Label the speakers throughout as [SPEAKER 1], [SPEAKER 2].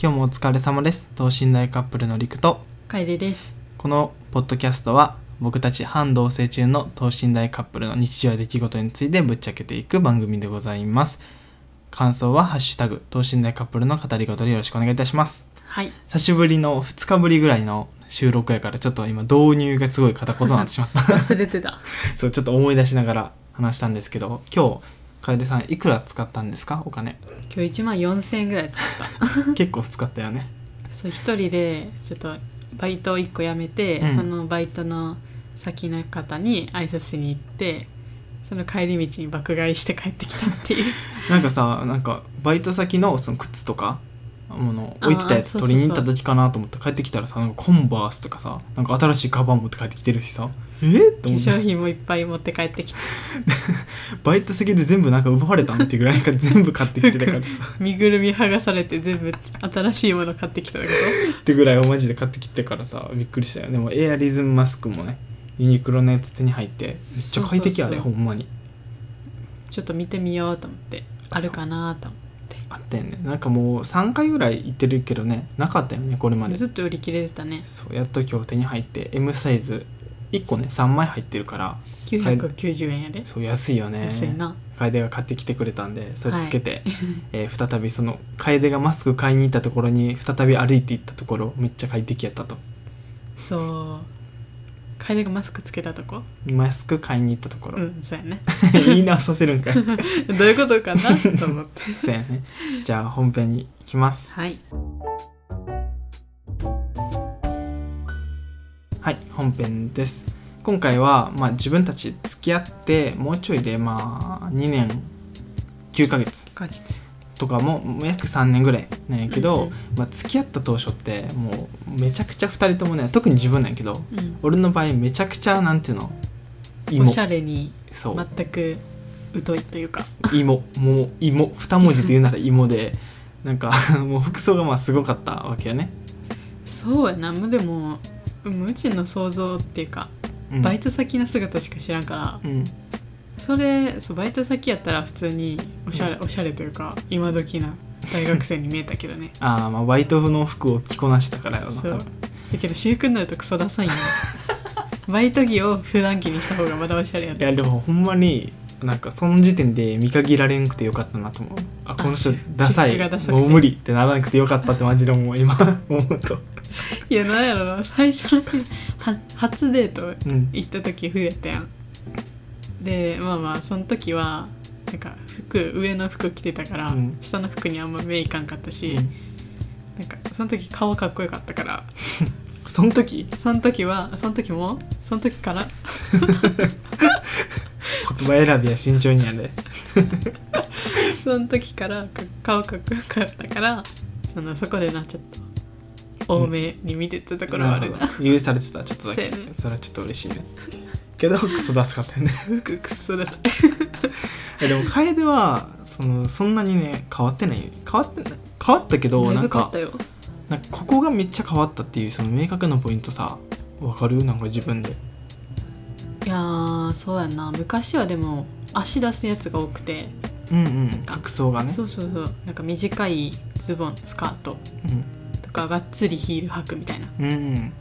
[SPEAKER 1] 今日もお疲れ様です等身大カップルのりくと
[SPEAKER 2] 楓です
[SPEAKER 1] このポッドキャストは僕たち半同棲中の等身大カップルの日常や出来事についてぶっちゃけていく番組でございます感想は「ハッシュタグ等身大カップルの語りごと」でよろしくお願いいたします
[SPEAKER 2] はい
[SPEAKER 1] 久しぶりの2日ぶりぐらいの収録やからちょっと今導入がすごい片言になってしまった
[SPEAKER 2] 忘れてた
[SPEAKER 1] そうちょっと思い出しながら話したんですけど今日楓さんいくら使ったんですかお金
[SPEAKER 2] 今日1万4000円ぐらい使った
[SPEAKER 1] 結構使ったよね
[SPEAKER 2] そう一人でちょっとバイトを1個辞めて、
[SPEAKER 1] うん
[SPEAKER 2] そのバイトの先の方に挨拶しに行ってその帰り道に爆買いして帰ってきたっていう
[SPEAKER 1] なんかさなんかバイト先のその靴とかもの
[SPEAKER 2] あー
[SPEAKER 1] 置いてたやつ
[SPEAKER 2] そうそう
[SPEAKER 1] 取
[SPEAKER 2] そう
[SPEAKER 1] りに行った時かなと思って帰ってきたらさなんかコンバースとかさなんか新しいカバン持って帰ってきてるしさえー、と
[SPEAKER 2] 化
[SPEAKER 1] 思って
[SPEAKER 2] 粧品もいっぱい持って帰ってきて
[SPEAKER 1] バイト先で全部なんか奪われたんっていうぐらいなんか全部買ってきてたからさ
[SPEAKER 2] 身ぐるみ剥がされて全部新しいもの買ってきたってこ
[SPEAKER 1] ってぐらいをマジで買ってきてからさびっくりしたよでもエアリズムマスクもねユニクロのやつ手に入ってめっちゃ快適あれ
[SPEAKER 2] そうそうそ
[SPEAKER 1] ほ
[SPEAKER 2] う
[SPEAKER 1] んまに
[SPEAKER 2] とちょっと見てみようと思ってあるかなと思って
[SPEAKER 1] あったよねなんかもう3回ぐらい行ってるけどねなかったよねこれまで
[SPEAKER 2] ずっと売り切れてたね
[SPEAKER 1] そうやっと今日手に入って M サイズ1個ね3枚入ってるから
[SPEAKER 2] 990円やで、
[SPEAKER 1] そう安いよね
[SPEAKER 2] 安いな
[SPEAKER 1] 楓が買ってきてくれたんでそれつけて、 えー再びその楓がマスク買いに行ったところに再び歩いて行ったところめっちゃ快適やったと
[SPEAKER 2] そう楓がマスクつけたとこ
[SPEAKER 1] マスク買いに行ったところ、
[SPEAKER 2] うんそうやね
[SPEAKER 1] 言い直させるんかい
[SPEAKER 2] どういうことかなと思って
[SPEAKER 1] そうやねじゃあ本編に行きます
[SPEAKER 2] はい
[SPEAKER 1] はい本編です今回は、まあ、自分たち付き合ってもうちょいでまあ2年9ヶ月
[SPEAKER 2] かきつ
[SPEAKER 1] とかももう約3年ぐらいなんやけど、
[SPEAKER 2] うんうん
[SPEAKER 1] まあ、付き合った当初ってもうめちゃくちゃ2人ともね特に自分なんやけど
[SPEAKER 2] うん
[SPEAKER 1] 俺の場合めちゃくちゃなんていうの
[SPEAKER 2] お
[SPEAKER 1] 芋
[SPEAKER 2] しゃれに
[SPEAKER 1] そう
[SPEAKER 2] 全く疎いというか
[SPEAKER 1] 芋もう芋二文字で言うなら芋でなんか もう服装がまあすごかったわけよね、
[SPEAKER 2] そうやなもうでもうんうちの想像っていうか
[SPEAKER 1] うん、
[SPEAKER 2] バイト先の姿しか知らんから
[SPEAKER 1] うん
[SPEAKER 2] それそうバイト先やったら普通におしゃれおしゃれというか今時な大学生に見えたけどね
[SPEAKER 1] あーまあバイトの服を着こなしてたからやろな多
[SPEAKER 2] そう
[SPEAKER 1] 分
[SPEAKER 2] だけど私服になるとクソダサい んよバイト着を普段着にした方がまだおしゃれや
[SPEAKER 1] い
[SPEAKER 2] で
[SPEAKER 1] やでもほんまになんかその時点で見限られんくてよかったなと思うあこの人
[SPEAKER 2] 私
[SPEAKER 1] ダサい
[SPEAKER 2] 私服がダサくて
[SPEAKER 1] もう無理ってならなくてよかったってマジで思う今 思うと
[SPEAKER 2] いやなんやろな最初のは初デート
[SPEAKER 1] うん
[SPEAKER 2] 行った時冬やったやんでまあまあその時はなんか服上の服着てたから、
[SPEAKER 1] うん
[SPEAKER 2] 下の服にあんま目いかんかったし、
[SPEAKER 1] うん
[SPEAKER 2] なんかその時顔かっこよかったから
[SPEAKER 1] その時
[SPEAKER 2] その時はその時もその時から
[SPEAKER 1] 言葉選びは慎重にやで
[SPEAKER 2] その時からか顔かっこよかったからそのそこでなちょっと多めに見てたところはある
[SPEAKER 1] な
[SPEAKER 2] な、
[SPEAKER 1] るほど許されてたちょっとだけ
[SPEAKER 2] そうやね
[SPEAKER 1] それはちょっと嬉しいねけどクソダサか ったよね
[SPEAKER 2] 服くっそださい
[SPEAKER 1] でも楓はそのそんなにね変わってない変わってない変わったけど
[SPEAKER 2] だ
[SPEAKER 1] ない
[SPEAKER 2] ぶ
[SPEAKER 1] ん
[SPEAKER 2] かっ
[SPEAKER 1] か
[SPEAKER 2] たよ
[SPEAKER 1] なんかここがめっちゃ変わったっていうその明確なポイントさわかるなんか自分で
[SPEAKER 2] いやーそうやな昔はでも足出すやつが多くて
[SPEAKER 1] うんうん服装がね
[SPEAKER 2] そうそうそうなんか短いズボンスカートとかがっつりヒール履くみたいな
[SPEAKER 1] うん、うんうん、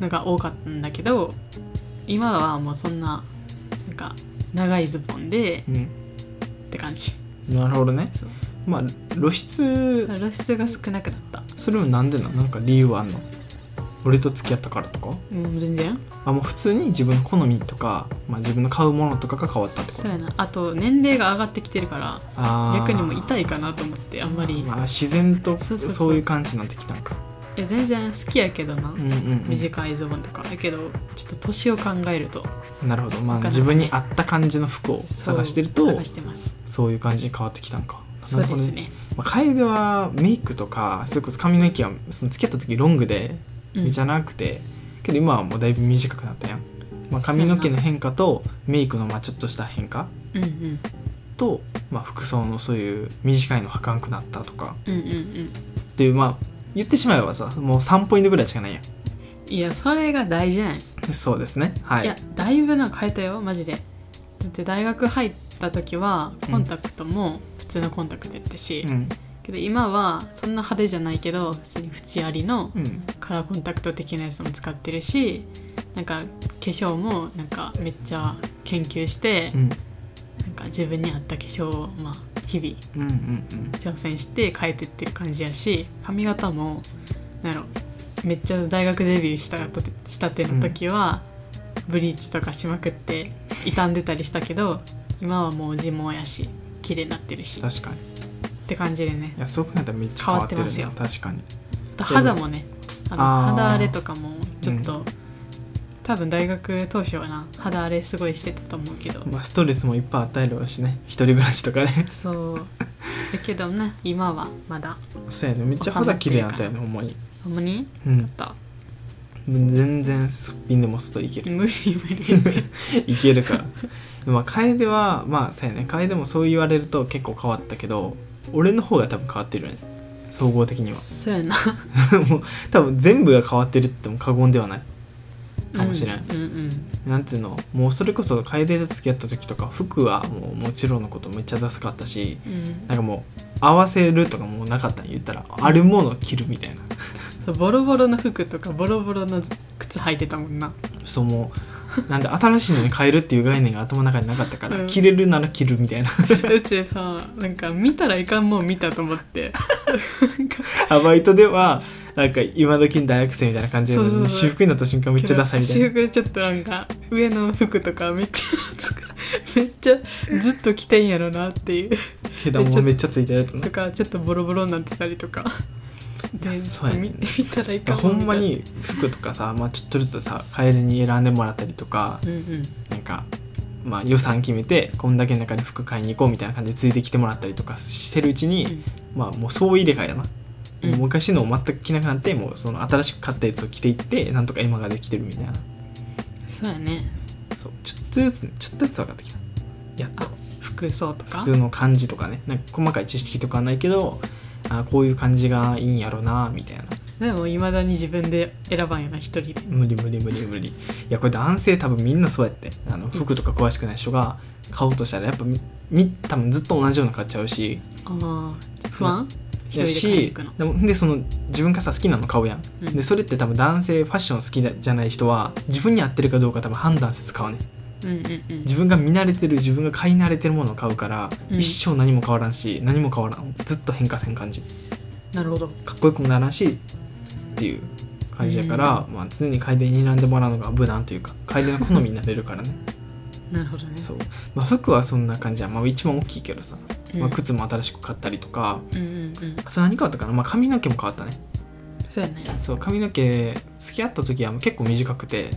[SPEAKER 2] のが多かったんだけど今はもうそんななんか長いズボンで
[SPEAKER 1] うん
[SPEAKER 2] って感じ
[SPEAKER 1] なるほどね
[SPEAKER 2] そう
[SPEAKER 1] まあ露出
[SPEAKER 2] 露出が少なくなった
[SPEAKER 1] するのなんでななんか理由はあんの俺と付き合ったからとか
[SPEAKER 2] うん全然
[SPEAKER 1] あもう普通に自分の好みとか、まあ、自分の買うものとかが変わったってこ
[SPEAKER 2] そ
[SPEAKER 1] と
[SPEAKER 2] うやなあと年齢が上がってきてるから
[SPEAKER 1] あー
[SPEAKER 2] 逆にもう痛いかなと思ってあんまり
[SPEAKER 1] まあ、自然と
[SPEAKER 2] そうそうそう
[SPEAKER 1] そういう感じになってきたんか
[SPEAKER 2] え全然好きやけどな
[SPEAKER 1] うんうんうん
[SPEAKER 2] 短いズボンとかやけどちょっと年を考えると
[SPEAKER 1] なるほどまあ
[SPEAKER 2] なかなかね
[SPEAKER 1] 自分に合った感じの服を
[SPEAKER 2] そう
[SPEAKER 1] 探してると
[SPEAKER 2] 探してます
[SPEAKER 1] そういう感じに変わってきたんか
[SPEAKER 2] そう
[SPEAKER 1] な
[SPEAKER 2] で
[SPEAKER 1] るほ
[SPEAKER 2] す
[SPEAKER 1] どね、
[SPEAKER 2] ね
[SPEAKER 1] まあ、楓はメイクとかそれこそ髪の毛はその付き合った時ロングで
[SPEAKER 2] うん
[SPEAKER 1] じゃなくて、けど今はもうだいぶ短くなったやん、まあ、髪の毛の変化とメイクのまあちょっとした変化
[SPEAKER 2] うんうん
[SPEAKER 1] と、まあ、服装のそういう短いの履かんくなったとか
[SPEAKER 2] うんうんうん
[SPEAKER 1] っていうまあ言ってしまえばさもう3ポイントぐらいしかないや
[SPEAKER 2] いやそれが大事じゃない
[SPEAKER 1] んそうですねはい
[SPEAKER 2] いやだいぶな変えたよマジでだって大学入った時はコンタクトも普通のコンタクトやったし、
[SPEAKER 1] うん、
[SPEAKER 2] けけど今はそんな派手じゃないけど普通に縁ありの
[SPEAKER 1] うん
[SPEAKER 2] カラーコンタクト的なやつも使ってるしなんか化粧もなんかめっちゃ研究して、
[SPEAKER 1] うん
[SPEAKER 2] なんか自分に合った化粧を、まあ、日
[SPEAKER 1] う
[SPEAKER 2] 々
[SPEAKER 1] んうん
[SPEAKER 2] 挑戦して変えてってる感じやし髪型もなんやろめっちゃ大学デビューしたとてしたての時は、ブリーチとかしまくって傷んでたりしたけど今はもう地毛やし綺麗になってるしっ
[SPEAKER 1] 確かに
[SPEAKER 2] て感じでね
[SPEAKER 1] いやそう考えたらめっちゃ変わってるね
[SPEAKER 2] 変わっ
[SPEAKER 1] 確かに
[SPEAKER 2] あと肌もねあの
[SPEAKER 1] あー
[SPEAKER 2] 肌荒れとかもちょっと、多分大学当初はな肌荒れすごいしてたと思うけど、
[SPEAKER 1] まあストレスもいっぱい与えるわしね一人暮らしとかね
[SPEAKER 2] そうだけどね今はまだ
[SPEAKER 1] そうやねめっちゃ肌綺麗やったよねほんまに
[SPEAKER 2] ほんまに
[SPEAKER 1] うん
[SPEAKER 2] だ
[SPEAKER 1] 全然すっぴんでも外い ける
[SPEAKER 2] 無理無理
[SPEAKER 1] いけるからでもまあ楓はまあそうやね楓もそう言われると結構変わったけど俺の方が多分変わってるよね総合的には
[SPEAKER 2] そうやな
[SPEAKER 1] もう多分全部が変わってるっても過言ではないかもしれない
[SPEAKER 2] うんうん
[SPEAKER 1] なんつうのもうそれこそ楓と付き合った時とか服はもうもちろんのことめっちゃダサかったし
[SPEAKER 2] うん、うん
[SPEAKER 1] なんかもう合わせるとかもうなかったん言ったらあるものを着るみたいな
[SPEAKER 2] そうボロボロの服とかボロボロの靴履いてたもん な
[SPEAKER 1] そうもうなんで新しいのに変えるっていう概念が頭の中になかったから、
[SPEAKER 2] うん
[SPEAKER 1] 着れるなら着るみたいな
[SPEAKER 2] うちさなんか見たらいかんもん見たと思って
[SPEAKER 1] あバイトではなんか今時の大学生みたいな感じで
[SPEAKER 2] そうそうそう
[SPEAKER 1] 私服になった瞬間めっちゃダサいみたいな
[SPEAKER 2] 私服ちょっとなんか上の服とかめっちゃめっちゃずっと着てんやろなっていう
[SPEAKER 1] 毛玉もめっちゃついたやつな
[SPEAKER 2] とかちょっとボロボロになってたりと か
[SPEAKER 1] いやそうやね
[SPEAKER 2] み見たらいかん
[SPEAKER 1] ほ
[SPEAKER 2] も
[SPEAKER 1] んま
[SPEAKER 2] 見た
[SPEAKER 1] に服とかさ、まあ、ちょっとずつさ楓に選んでもらったりとか
[SPEAKER 2] うんうん
[SPEAKER 1] なんか、まあ、予算決めてこんだけの中で服買いに行こうみたいな感じでついてきてもらったりとかしてるうちに、
[SPEAKER 2] うん
[SPEAKER 1] まあもう総入れ替えやな、
[SPEAKER 2] うん
[SPEAKER 1] もう昔のを全く着なくなってもうその新しく買ったやつを着ていってなんとか今ができてるみたいな
[SPEAKER 2] そうやね
[SPEAKER 1] そうちょっとずつねちょっとずつ分かってきたやっと
[SPEAKER 2] 服装とか
[SPEAKER 1] 服の感じとかねなんか細かい知識とかはないけどあこういう感じがいいんやろなみたいな
[SPEAKER 2] でもいまだに自分で選ばんよな一人で
[SPEAKER 1] 無理無理無理無理いやこれ男性多分みんなそうやってあの服とか詳しくない人が買おうとしたらやっぱみみ多分ずっと同じようなの買っちゃうし
[SPEAKER 2] ああ不安一
[SPEAKER 1] や
[SPEAKER 2] 人で買いに
[SPEAKER 1] し
[SPEAKER 2] 行くの
[SPEAKER 1] でもでその自分がさ好きなの買うやん、
[SPEAKER 2] うん
[SPEAKER 1] でそれって多分男性ファッション好きだじゃない人は自分に合ってるかどうか多分判断せず買うね
[SPEAKER 2] うんうんうん
[SPEAKER 1] 自分が見慣れてる自分が買い慣れてるものを買うから、
[SPEAKER 2] うん
[SPEAKER 1] 一生何も変わらんし何も変わらんずっと変化せん感じ
[SPEAKER 2] なるほど
[SPEAKER 1] かっこよくもならんしっていう感じだから、まあ、常に楓に選んでもらうのが無難というか楓の好みになれるからね
[SPEAKER 2] なるほどね
[SPEAKER 1] そう、まあ、服はそんな感じや、まあ、一番大きいけどさ、
[SPEAKER 2] うん
[SPEAKER 1] まあ、靴も新しく買ったりとか
[SPEAKER 2] うんうんうん
[SPEAKER 1] あそれ何変わったかな、まあ、髪の毛も変わったね
[SPEAKER 2] そうやね
[SPEAKER 1] そう髪の毛付き合った時はもう結構短くて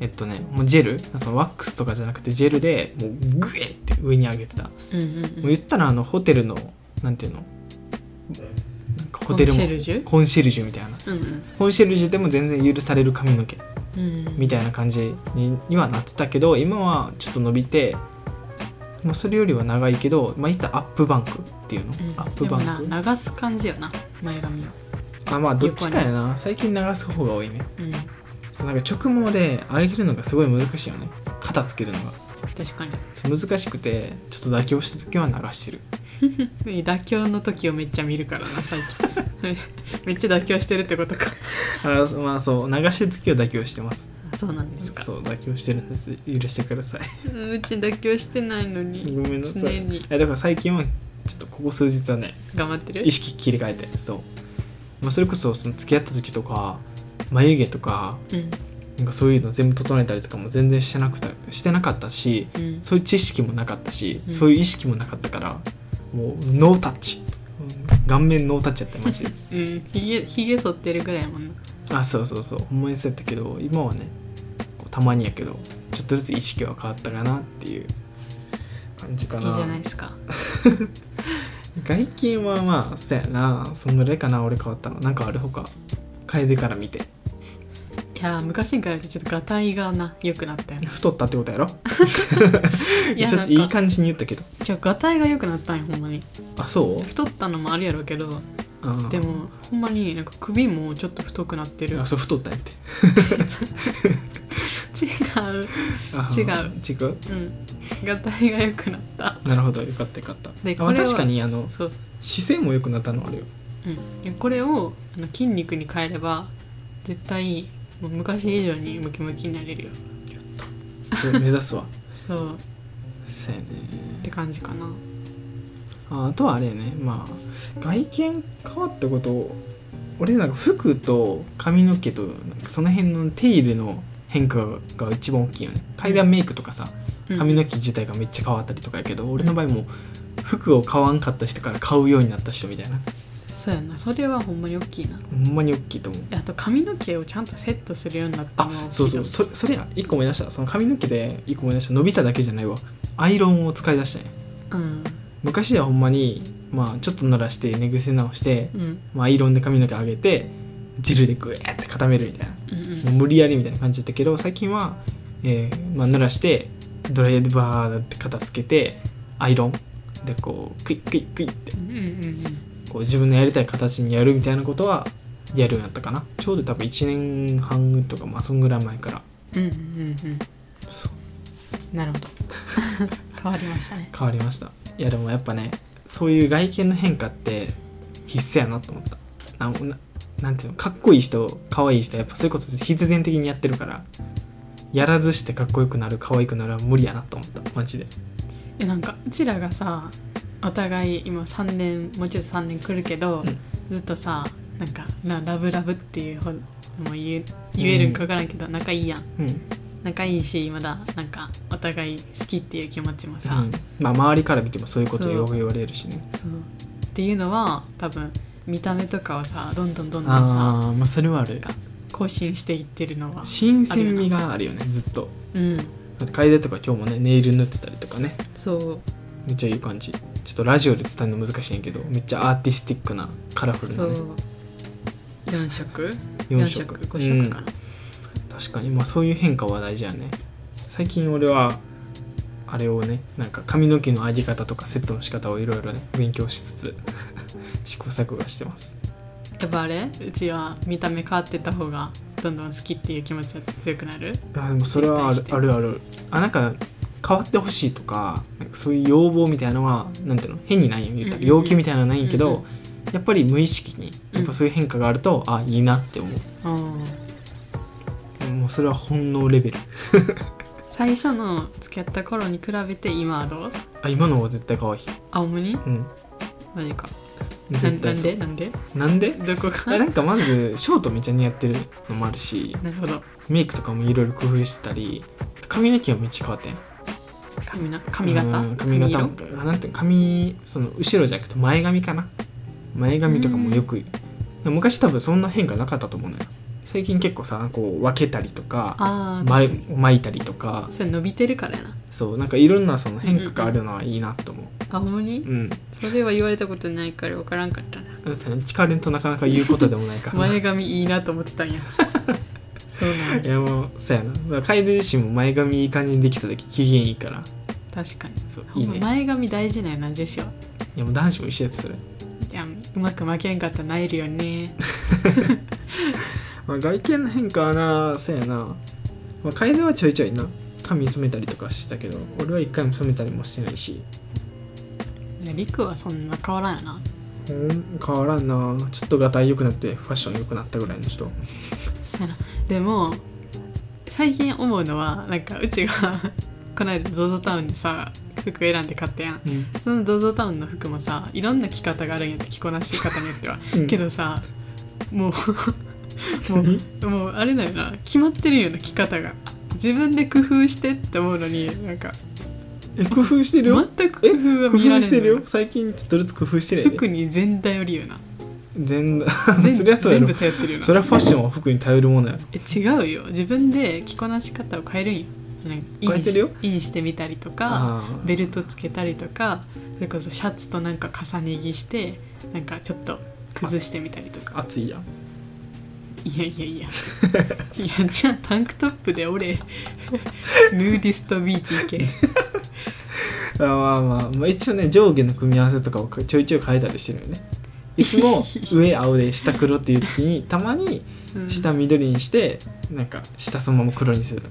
[SPEAKER 1] えっとねもうジェルそのワックスとかじゃなくてジェルでもうグエって上に上げてた、も
[SPEAKER 2] うん
[SPEAKER 1] う
[SPEAKER 2] うんう
[SPEAKER 1] 言
[SPEAKER 2] ん
[SPEAKER 1] ったらあのホテルのなんていうのなんかホテルも
[SPEAKER 2] コンシェルジュ
[SPEAKER 1] コンシェルジュみたいな
[SPEAKER 2] うんうん
[SPEAKER 1] コンシェルジュでも全然許される髪の毛
[SPEAKER 2] うん
[SPEAKER 1] みたいな感じににはなってたけど今はちょっと伸びて、まあ、それよりは長いけどまあいったアップバンクっていうの、
[SPEAKER 2] うん
[SPEAKER 1] アップバン
[SPEAKER 2] でも
[SPEAKER 1] ク
[SPEAKER 2] な流す感じよな前髪を
[SPEAKER 1] あまあどっちかやな最近流す方が多いね
[SPEAKER 2] うん
[SPEAKER 1] そうなんか直毛で上げるのがすごい難しいよね肩つけるのが
[SPEAKER 2] 確かに
[SPEAKER 1] そう難しくてちょっと妥協した時は流してる
[SPEAKER 2] 妥協の時をめっちゃ見るからな最近 めっちゃ妥協してるってことか
[SPEAKER 1] あそうまあそう流してる時は妥協してます
[SPEAKER 2] あそうなんですか
[SPEAKER 1] そう妥協してるんです許してください
[SPEAKER 2] うんうち妥協してないのに
[SPEAKER 1] ごめんなさい
[SPEAKER 2] 常に
[SPEAKER 1] いやだから最近はちょっとここ数日はね
[SPEAKER 2] 頑張ってる
[SPEAKER 1] 意識切り替えてそう、まあ、それこそその付き合った時とか眉毛とか
[SPEAKER 2] うん
[SPEAKER 1] なんかそういうの全部整えたりとかも全然してなくたしてなかったし
[SPEAKER 2] うん
[SPEAKER 1] そういう知識もなかったし、
[SPEAKER 2] うん
[SPEAKER 1] そういう意識もなかったからもうノータッチうん顔面ノータッチやってまし
[SPEAKER 2] うんひげひげ剃ってるぐらいやもんな
[SPEAKER 1] たあそうそうそうほんまにそうやったけど今はねこうたまにやけどちょっとずつ意識は変わったかなっていう感じかない
[SPEAKER 2] いじゃないですか
[SPEAKER 1] 外見はまあそやなそんぐらいかな俺変わったのなんかあるほか楓から見て
[SPEAKER 2] いやー昔に比べてちょっとガタイがな良くなっ たよね
[SPEAKER 1] 太ったってことやろ
[SPEAKER 2] いや
[SPEAKER 1] ちょっとい
[SPEAKER 2] ないんか
[SPEAKER 1] 感じに言ったけど
[SPEAKER 2] じゃあガタイが良くなったんよほんまに
[SPEAKER 1] あそう
[SPEAKER 2] 太ったのもあるやろうけど
[SPEAKER 1] あ
[SPEAKER 2] でもほんまになんか首もちょっと太くなってる 違
[SPEAKER 1] あそう太ったんやって
[SPEAKER 2] う
[SPEAKER 1] あ
[SPEAKER 2] 違う
[SPEAKER 1] 違う
[SPEAKER 2] うんガタイが良くなった
[SPEAKER 1] なるほどよかったよかった
[SPEAKER 2] で
[SPEAKER 1] あ
[SPEAKER 2] これは
[SPEAKER 1] 確かにあの
[SPEAKER 2] そう
[SPEAKER 1] 姿勢も良くなったのあるよ
[SPEAKER 2] うんで、これをあの筋肉に変えれば絶対もう昔以上にムキムキになれるよ
[SPEAKER 1] そう目指す わ
[SPEAKER 2] そう
[SPEAKER 1] そうやね
[SPEAKER 2] って感じかな
[SPEAKER 1] ああとはあれやねまあ外見変わったことを俺なんか服と髪の毛となんかその辺の手入れの変化が一番大きいよね階段メイクとかさ
[SPEAKER 2] うん
[SPEAKER 1] 髪の毛自体がめっちゃ変わったりとかやけど、俺の場合も服を買わんかった人から買うようになった人みたいな
[SPEAKER 2] そうやなそれはほんまに大きいな
[SPEAKER 1] ほんまに大きいと思う
[SPEAKER 2] であと髪の毛をちゃんとセットするようになったの
[SPEAKER 1] あ
[SPEAKER 2] も
[SPEAKER 1] そうそうそれそれや一個思い出したその髪の毛で一個思い出した伸びただけじゃないわアイロンを使い出したね
[SPEAKER 2] うん
[SPEAKER 1] 昔はほんまにまあちょっと濡らして寝癖直して、
[SPEAKER 2] うんうん
[SPEAKER 1] まあ、アイロンで髪の毛上げてジルでグエーって固めるみたいな
[SPEAKER 2] う
[SPEAKER 1] もうん無理やりみたいな感じだったけど最近は、えーまあ、濡らしてドライヤーでバーって片付けてアイロンでこうクイックイックイって
[SPEAKER 2] うんうん
[SPEAKER 1] こう自分のやりたい形にやるみたいなことはやるようになったかなちょうど多分1年半とかまあそんぐらい前から
[SPEAKER 2] うんうんうんうん
[SPEAKER 1] そう
[SPEAKER 2] なるほど変わりましたね
[SPEAKER 1] 変わりましたいやでもやっぱねそういう外見の変化って必須やなと思ったなんななんていうのかっこいい人かわいい人やっぱそういうこと必然的にやってるからやらずしてかっこよくなるかわいくなるは無理やなと思ったマジで
[SPEAKER 2] えなんかうちらがさお互い今3年もうちょっと3年来るけど、
[SPEAKER 1] うん
[SPEAKER 2] ずっとさなんかなラブラブっていうほもう言え言えるんか分からんけど、仲いいやん
[SPEAKER 1] うん、
[SPEAKER 2] 仲いいしまだなんかお互い好きっていう気持ちもさ、
[SPEAKER 1] うんまあ周りから見てもそういうことよ
[SPEAKER 2] そ
[SPEAKER 1] く言われるしね
[SPEAKER 2] そうっていうのは多分見た目とかをさどんどんどんどんさ
[SPEAKER 1] ああまあそれはある
[SPEAKER 2] 更新していってるのは
[SPEAKER 1] 新鮮味があるよねずっと
[SPEAKER 2] うん
[SPEAKER 1] だって楓とか今日もねネイル塗ってたりとかね
[SPEAKER 2] そう
[SPEAKER 1] めっちゃいい感じちょっとラジオで伝えるの難しいんやけどめっちゃアーティスティックなカラフル
[SPEAKER 2] そ
[SPEAKER 1] なね
[SPEAKER 2] う4色
[SPEAKER 1] 4
[SPEAKER 2] 4
[SPEAKER 1] 色
[SPEAKER 2] 色5色かな、
[SPEAKER 1] 確かにまあそういう変化は大事やね最近俺はあれをねなんか髪の毛の上げ方とかセットの仕方をいろいろね勉強しつつ 試行錯誤してます
[SPEAKER 2] やっぱあれうちは見た目変わってた方がどんどん好きっていう気持ちが強くなる
[SPEAKER 1] あでもそれはある
[SPEAKER 2] 絶対し
[SPEAKER 1] あ
[SPEAKER 2] て
[SPEAKER 1] るあるあなんか変わってほしいとかなんかそういう要望みたいなのはなんていうの変にないよ言ったら
[SPEAKER 2] うんうんうん
[SPEAKER 1] 要求みたいなのはないんやけど、
[SPEAKER 2] うんうん
[SPEAKER 1] やっぱり無意識にやっぱそういう変化があると、あいいなって思うもうそれは本能レベル
[SPEAKER 2] 最初の付き合った頃に比べて今はどう
[SPEAKER 1] あ今の方が絶対可愛い
[SPEAKER 2] 青森
[SPEAKER 1] うん
[SPEAKER 2] マジかな
[SPEAKER 1] 絶
[SPEAKER 2] な
[SPEAKER 1] 対
[SPEAKER 2] ん
[SPEAKER 1] そう
[SPEAKER 2] でなんで
[SPEAKER 1] なんで
[SPEAKER 2] どこ
[SPEAKER 1] いや
[SPEAKER 2] か
[SPEAKER 1] な
[SPEAKER 2] なん
[SPEAKER 1] かまずショートめっちゃ似合ってるのもあるし
[SPEAKER 2] るほど
[SPEAKER 1] メイクとかもいろいろ工夫してたり髪の毛はめっちゃ変わったよ
[SPEAKER 2] 髪な髪型
[SPEAKER 1] うん髪型もあなんていうの髪その後ろじゃなくて前髪かな前髪とかもよく、でも昔多分そんな変化なかったと思うのよ最近結構さこう分けたりとか
[SPEAKER 2] ああ
[SPEAKER 1] 巻
[SPEAKER 2] 確かに
[SPEAKER 1] 巻いたりとか
[SPEAKER 2] それ伸びてるからやな
[SPEAKER 1] そうなんかいろんなその変化があるのはいいなと思
[SPEAKER 2] 青森、
[SPEAKER 1] ううん
[SPEAKER 2] それは言われたことないから分からんかったな
[SPEAKER 1] 聞かれんとなかなか言うことでもないからな
[SPEAKER 2] 前髪いいなと思ってたん やそうなん
[SPEAKER 1] い
[SPEAKER 2] や
[SPEAKER 1] やもうそうやなだから楓自身も前髪いい感じにできた時機嫌いいから
[SPEAKER 2] 確かに
[SPEAKER 1] そう
[SPEAKER 2] ほ
[SPEAKER 1] いい
[SPEAKER 2] んま
[SPEAKER 1] ね
[SPEAKER 2] 前髪大事なんやな女子はい
[SPEAKER 1] やもう男子も一緒やってそれ、
[SPEAKER 2] いやうまく負けんかったらなえるよね
[SPEAKER 1] まあ、外見の変化はなそうやな、まあ、楓はちょいちょいな髪染めたりとかしてたけど俺は一回も染めたりもしてないし
[SPEAKER 2] りくはそんな変わらんやな
[SPEAKER 1] うん変わらんなちょっとがたい良くなってファッション良くなったぐらいの人
[SPEAKER 2] そうやなでも最近思うのはなんかうちが この間 ZOZO タウンでさ服選んで買ったやん
[SPEAKER 1] うん
[SPEAKER 2] その ZOZO タウンの服もさいろんな着方があるんやって着こなし方によっては、
[SPEAKER 1] うん
[SPEAKER 2] けどさもう もうもうあれだよな決まってるような着方が自分で工夫してって思うのになんか
[SPEAKER 1] え工夫してるよ
[SPEAKER 2] 全く工夫が
[SPEAKER 1] 工
[SPEAKER 2] 見ら
[SPEAKER 1] 夫
[SPEAKER 2] れ
[SPEAKER 1] して
[SPEAKER 2] ない
[SPEAKER 1] るよ最近ちょっとずつ工夫して るやで
[SPEAKER 2] 服に全頼りよな
[SPEAKER 1] 全部
[SPEAKER 2] 全
[SPEAKER 1] そりゃそうや
[SPEAKER 2] 全
[SPEAKER 1] ろ
[SPEAKER 2] 部頼ってるよな
[SPEAKER 1] そりゃファッションは服に頼るものやろ
[SPEAKER 2] え違うよ自分で着こなし方を変えるんよなんかイン
[SPEAKER 1] 変えてるよ
[SPEAKER 2] しインしてみたりとか
[SPEAKER 1] あ
[SPEAKER 2] ベルトつけたりとかそれこそシャツとなんか重ね着してなんかちょっと崩してみたりと
[SPEAKER 1] あ
[SPEAKER 2] か
[SPEAKER 1] 暑いやん
[SPEAKER 2] いやいや いやいやじゃあタンクトップで俺ヌーディストビーチ行け
[SPEAKER 1] あまあまあ、まあ、一応ね上下の組み合わせとかをちょいちょい変えたりしてるよねいつ も上青で下黒っていう時にたまに
[SPEAKER 2] うん
[SPEAKER 1] 下緑にしてなんか下そのまま黒にすると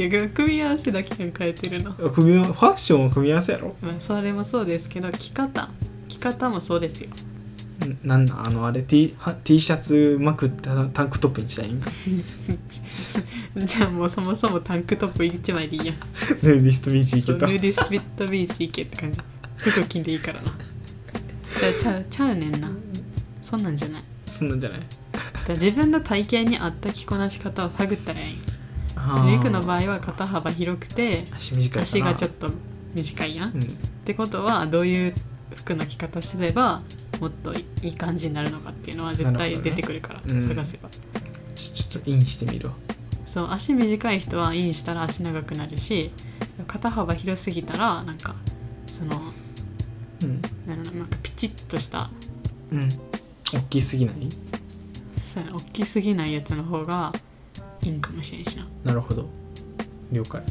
[SPEAKER 2] いや組み合わせだけ変えてるの
[SPEAKER 1] か組み合わファッションは組み合わせやろ
[SPEAKER 2] まあそれもそうですけど着方着方もそうですよ
[SPEAKER 1] なんなんあのあれ T, は T シャツまくったタンクトップにしたいん
[SPEAKER 2] じゃあもうそもそもタンクトップ1枚でいいや
[SPEAKER 1] ヌーディストビーチ行
[SPEAKER 2] そう
[SPEAKER 1] け
[SPEAKER 2] ヌ
[SPEAKER 1] た
[SPEAKER 2] ーディスピットビーチ行けって感じ服着んでいい からなじゃあちゃうちゃうねんなそんなんじゃない
[SPEAKER 1] そんなんじゃない
[SPEAKER 2] だから自分の体型に合った着こなし方を探ったらいい
[SPEAKER 1] あ
[SPEAKER 2] メ
[SPEAKER 1] ー
[SPEAKER 2] イクの場合は肩幅広くて
[SPEAKER 1] 足短いかな
[SPEAKER 2] 足がちょっと短いやん、っ
[SPEAKER 1] うん
[SPEAKER 2] てことはどういう服の着方してればもっといい感じになるのかっていうのは絶
[SPEAKER 1] なる
[SPEAKER 2] 対
[SPEAKER 1] ほどね
[SPEAKER 2] 出てくるから
[SPEAKER 1] うん
[SPEAKER 2] 探せば、
[SPEAKER 1] ちょちょっとインしてみるわ
[SPEAKER 2] そう足短い人はインしたら足長くなるし肩幅広すぎたらなんかその
[SPEAKER 1] うん
[SPEAKER 2] なんだろうななんかピチッとした
[SPEAKER 1] うん大きすぎない
[SPEAKER 2] そうやな大きすぎないやつの方がいいんかもしれんしなっ
[SPEAKER 1] なるほど了解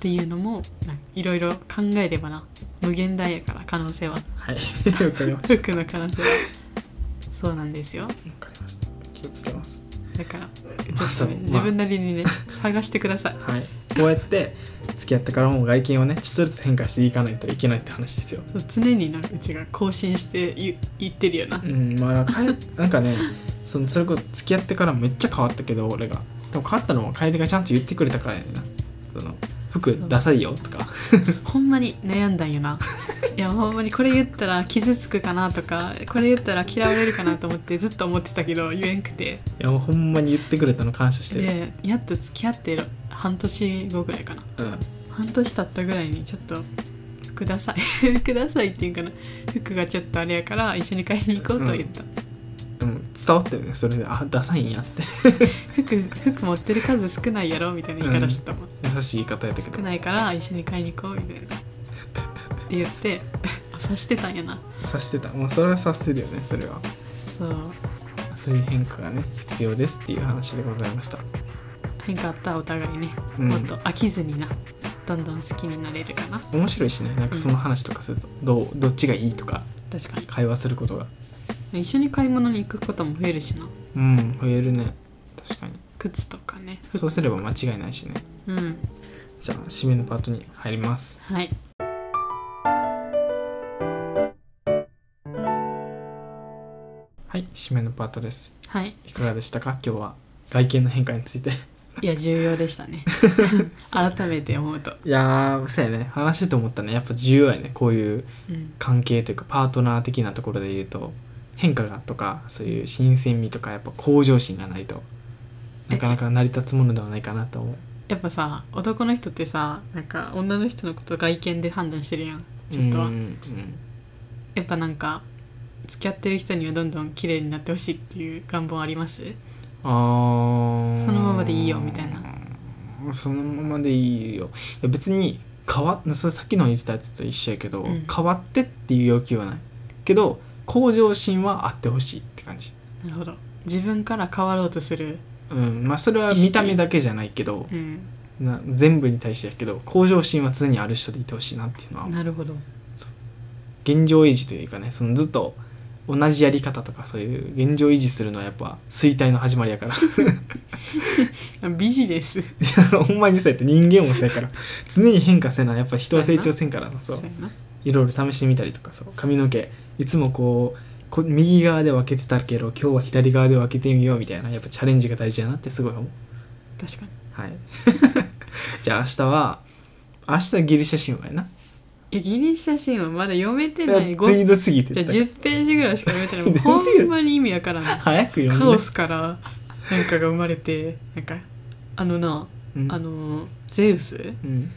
[SPEAKER 2] ていうのもなんかいろいろ考えればな無限大やから可能性は
[SPEAKER 1] はい 了解ました
[SPEAKER 2] 服の可能性はそうなんですよ
[SPEAKER 1] わかりました気をつけます
[SPEAKER 2] だから
[SPEAKER 1] ま
[SPEAKER 2] ちょ
[SPEAKER 1] あ
[SPEAKER 2] っ
[SPEAKER 1] そう
[SPEAKER 2] とね、
[SPEAKER 1] ま
[SPEAKER 2] 自
[SPEAKER 1] あ
[SPEAKER 2] 分なりにね探してください
[SPEAKER 1] はいこうやって付き合ってからも外見をねちょっとずつ変化していかないといけないって話ですよ
[SPEAKER 2] そう常になうちが更新してい言ってるよな
[SPEAKER 1] うんまあ 変えなんかねそのそれこそ付き合ってからめっちゃ変わったけど俺がでも変わったのは楓がちゃんと言ってくれたからやねんなその服ダサいよとか
[SPEAKER 2] ほんまに悩んだんよないやほんまにこれ言ったら傷つくかなとかこれ言ったら嫌われるかなと思ってずっと思ってたけど言えんくて
[SPEAKER 1] いやもうほんまに言ってくれたの感謝してる、
[SPEAKER 2] でやっと付き合ってる半年後ぐらいかな
[SPEAKER 1] うん
[SPEAKER 2] 半年経ったぐらいにちょっと「ください ください」っていうんかな服がちょっとあれやから一緒に買いに行こうと言った、
[SPEAKER 1] でも伝わってるねそれであダサいんやって
[SPEAKER 2] 服服持ってる数少ないやろみたいな言い方してたもん、
[SPEAKER 1] 優しい言い方やったけど
[SPEAKER 2] 少ないから一緒に買いに行こうみたいなって言って あ察してたんやな
[SPEAKER 1] さしてたもうそれはさせるよねそれは
[SPEAKER 2] そう
[SPEAKER 1] そういう変化がね必要ですっていう話でございました
[SPEAKER 2] 変化あったらお互いね、
[SPEAKER 1] うん
[SPEAKER 2] もっと飽きずになどんどん好きになれるかな
[SPEAKER 1] 面白いしねなんかその話とかすると、どうどっちがいいとか
[SPEAKER 2] 確か
[SPEAKER 1] 会話することが
[SPEAKER 2] に一緒に買い物に行くことも増えるしな
[SPEAKER 1] うん増えるね確かに
[SPEAKER 2] 靴とかね
[SPEAKER 1] そうすれば間違いないしね
[SPEAKER 2] うん
[SPEAKER 1] じゃあ締めのパートに入ります
[SPEAKER 2] はい
[SPEAKER 1] はい締めのパートです
[SPEAKER 2] はい
[SPEAKER 1] いかがでしたか今日は外見の変化に ついて
[SPEAKER 2] いや重要でしたね 改めて思うと、
[SPEAKER 1] いやーそうやね話してて思ったねやっぱ重要やねこういう
[SPEAKER 2] うん、
[SPEAKER 1] 関係というかパートナー的なところで言うと変化がとかそういう新鮮味とかやっぱ向上心がないとなかなか成り立つものではないかなと思う
[SPEAKER 2] やっぱさ男の人ってさなんか女の人のこと外見で判断してるやんちょっとは
[SPEAKER 1] うんうん
[SPEAKER 2] やっぱなんか付き合ってる人にはどんどん綺麗になってほしいっていう願望あります
[SPEAKER 1] あー
[SPEAKER 2] そのままでいいよみたい
[SPEAKER 1] そのままでいいよいや別に変わそれさっきの言ってたやつと一緒やけど、
[SPEAKER 2] うん
[SPEAKER 1] 変わってっていう要求はないけど向上心はあってほしいって感じ
[SPEAKER 2] なるほど自分から変わろうとする、
[SPEAKER 1] うんまあそれは見た目だけじゃないけど
[SPEAKER 2] うん、
[SPEAKER 1] な全部に対してやけど向上心は常にある人でいてほしいなっていうのは
[SPEAKER 2] なるほど
[SPEAKER 1] 現状維持というかねそのずっと同じやり方とかそういう現状維持するのはやっぱ衰退の始まりやから
[SPEAKER 2] 美人です
[SPEAKER 1] ほんまにそうやって人間もそうやから常に変化せなやっぱ人は成長せんからなそう
[SPEAKER 2] そうやない
[SPEAKER 1] ろいろ試してみたりとかそう髪の毛いつもこうこ右側で分けてたけど今日は左側で分けてみようみたいなやっぱチャレンジが大事だなってすごい思う
[SPEAKER 2] 確かに
[SPEAKER 1] はい じゃあ明日は明日ギリシャ神話やない
[SPEAKER 2] やギリシャ神話まだ読めて
[SPEAKER 1] いや
[SPEAKER 2] ないごじ
[SPEAKER 1] 次の次って
[SPEAKER 2] ゃ
[SPEAKER 1] 言
[SPEAKER 2] あ
[SPEAKER 1] ってた
[SPEAKER 2] 10ページぐらいしか読めて ないもう
[SPEAKER 1] 全然
[SPEAKER 2] ほんまに意味わからない
[SPEAKER 1] 早く読
[SPEAKER 2] カ
[SPEAKER 1] んで
[SPEAKER 2] オスから変化が生まれてなんかあのな
[SPEAKER 1] うん
[SPEAKER 2] あのゼウス
[SPEAKER 1] うん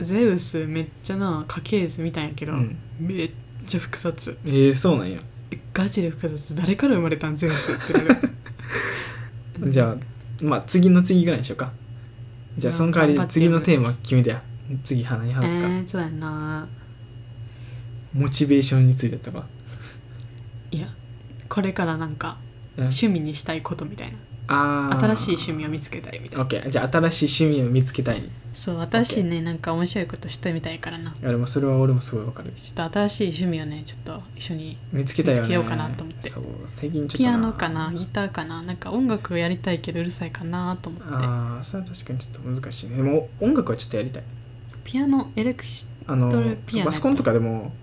[SPEAKER 2] ゼウスめっちゃな家系図みたいやけど、
[SPEAKER 1] うん
[SPEAKER 2] めっちゃ複雑
[SPEAKER 1] えー、そうなんや
[SPEAKER 2] ガチで複雑誰から生まれたんゼウスってな る
[SPEAKER 1] じゃあまあ次の次ぐらいにしようかじゃあその代わり
[SPEAKER 2] まあ
[SPEAKER 1] 次のテーマ決めてや次花に
[SPEAKER 2] え
[SPEAKER 1] 話すか、
[SPEAKER 2] ー、そうやな
[SPEAKER 1] モチベーションについてとか
[SPEAKER 2] いやこれからなんか
[SPEAKER 1] うん
[SPEAKER 2] 趣味にしたいことみたい
[SPEAKER 1] あ
[SPEAKER 2] な
[SPEAKER 1] ー
[SPEAKER 2] 新しい趣味を見つけたいみたい
[SPEAKER 1] オ
[SPEAKER 2] な
[SPEAKER 1] ッケーじゃあ新しい趣味を見つけたい
[SPEAKER 2] そう私ねなんか面白いことしてみたいからな
[SPEAKER 1] あれもそれは俺もすごいわかる
[SPEAKER 2] ちょっと新しい趣味をねちょっと一緒に
[SPEAKER 1] 見つけたよね
[SPEAKER 2] 見つけようかなと思って
[SPEAKER 1] そう最近ちょっと
[SPEAKER 2] ピアノかなギターかななんか音楽をやりたいけどうるさいかなと思って
[SPEAKER 1] ああそれは確かにちょっと難しいねでも音楽はちょっとやりたい
[SPEAKER 2] ピアノエレクシ
[SPEAKER 1] あの
[SPEAKER 2] どれピアノやった
[SPEAKER 1] パソコンとかでも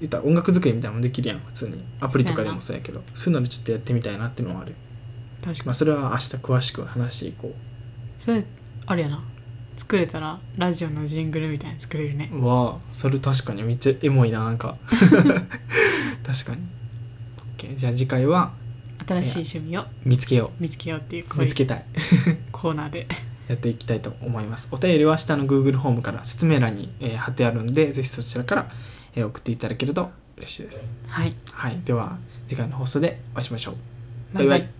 [SPEAKER 1] 言ったら音楽作りみたいなのもできるやん普通にアプリとかでもそうやけどそういうのでちょっとやってみたいなっていうのはある、
[SPEAKER 2] 確か
[SPEAKER 1] まあ、
[SPEAKER 2] に
[SPEAKER 1] それは明日詳しく話していこ
[SPEAKER 2] それあれやな作れたらラジオのジングルみたいに作れるね
[SPEAKER 1] うわあそれ確かにめっちゃエモいななんか確かに OK じゃあ次回は
[SPEAKER 2] 新しい趣味を
[SPEAKER 1] 見つけよ
[SPEAKER 2] 見つけようっていう
[SPEAKER 1] う
[SPEAKER 2] こう
[SPEAKER 1] 見
[SPEAKER 2] い
[SPEAKER 1] つ
[SPEAKER 2] う
[SPEAKER 1] けたい
[SPEAKER 2] コーナーで
[SPEAKER 1] やっていきたいと思いますお便りは下の Google フォームから説明欄に、えー貼ってあるんでぜひそちらから、えー送っていただけると嬉しいです
[SPEAKER 2] はい
[SPEAKER 1] はいでは次回の放送でお会いしましょうバイバイ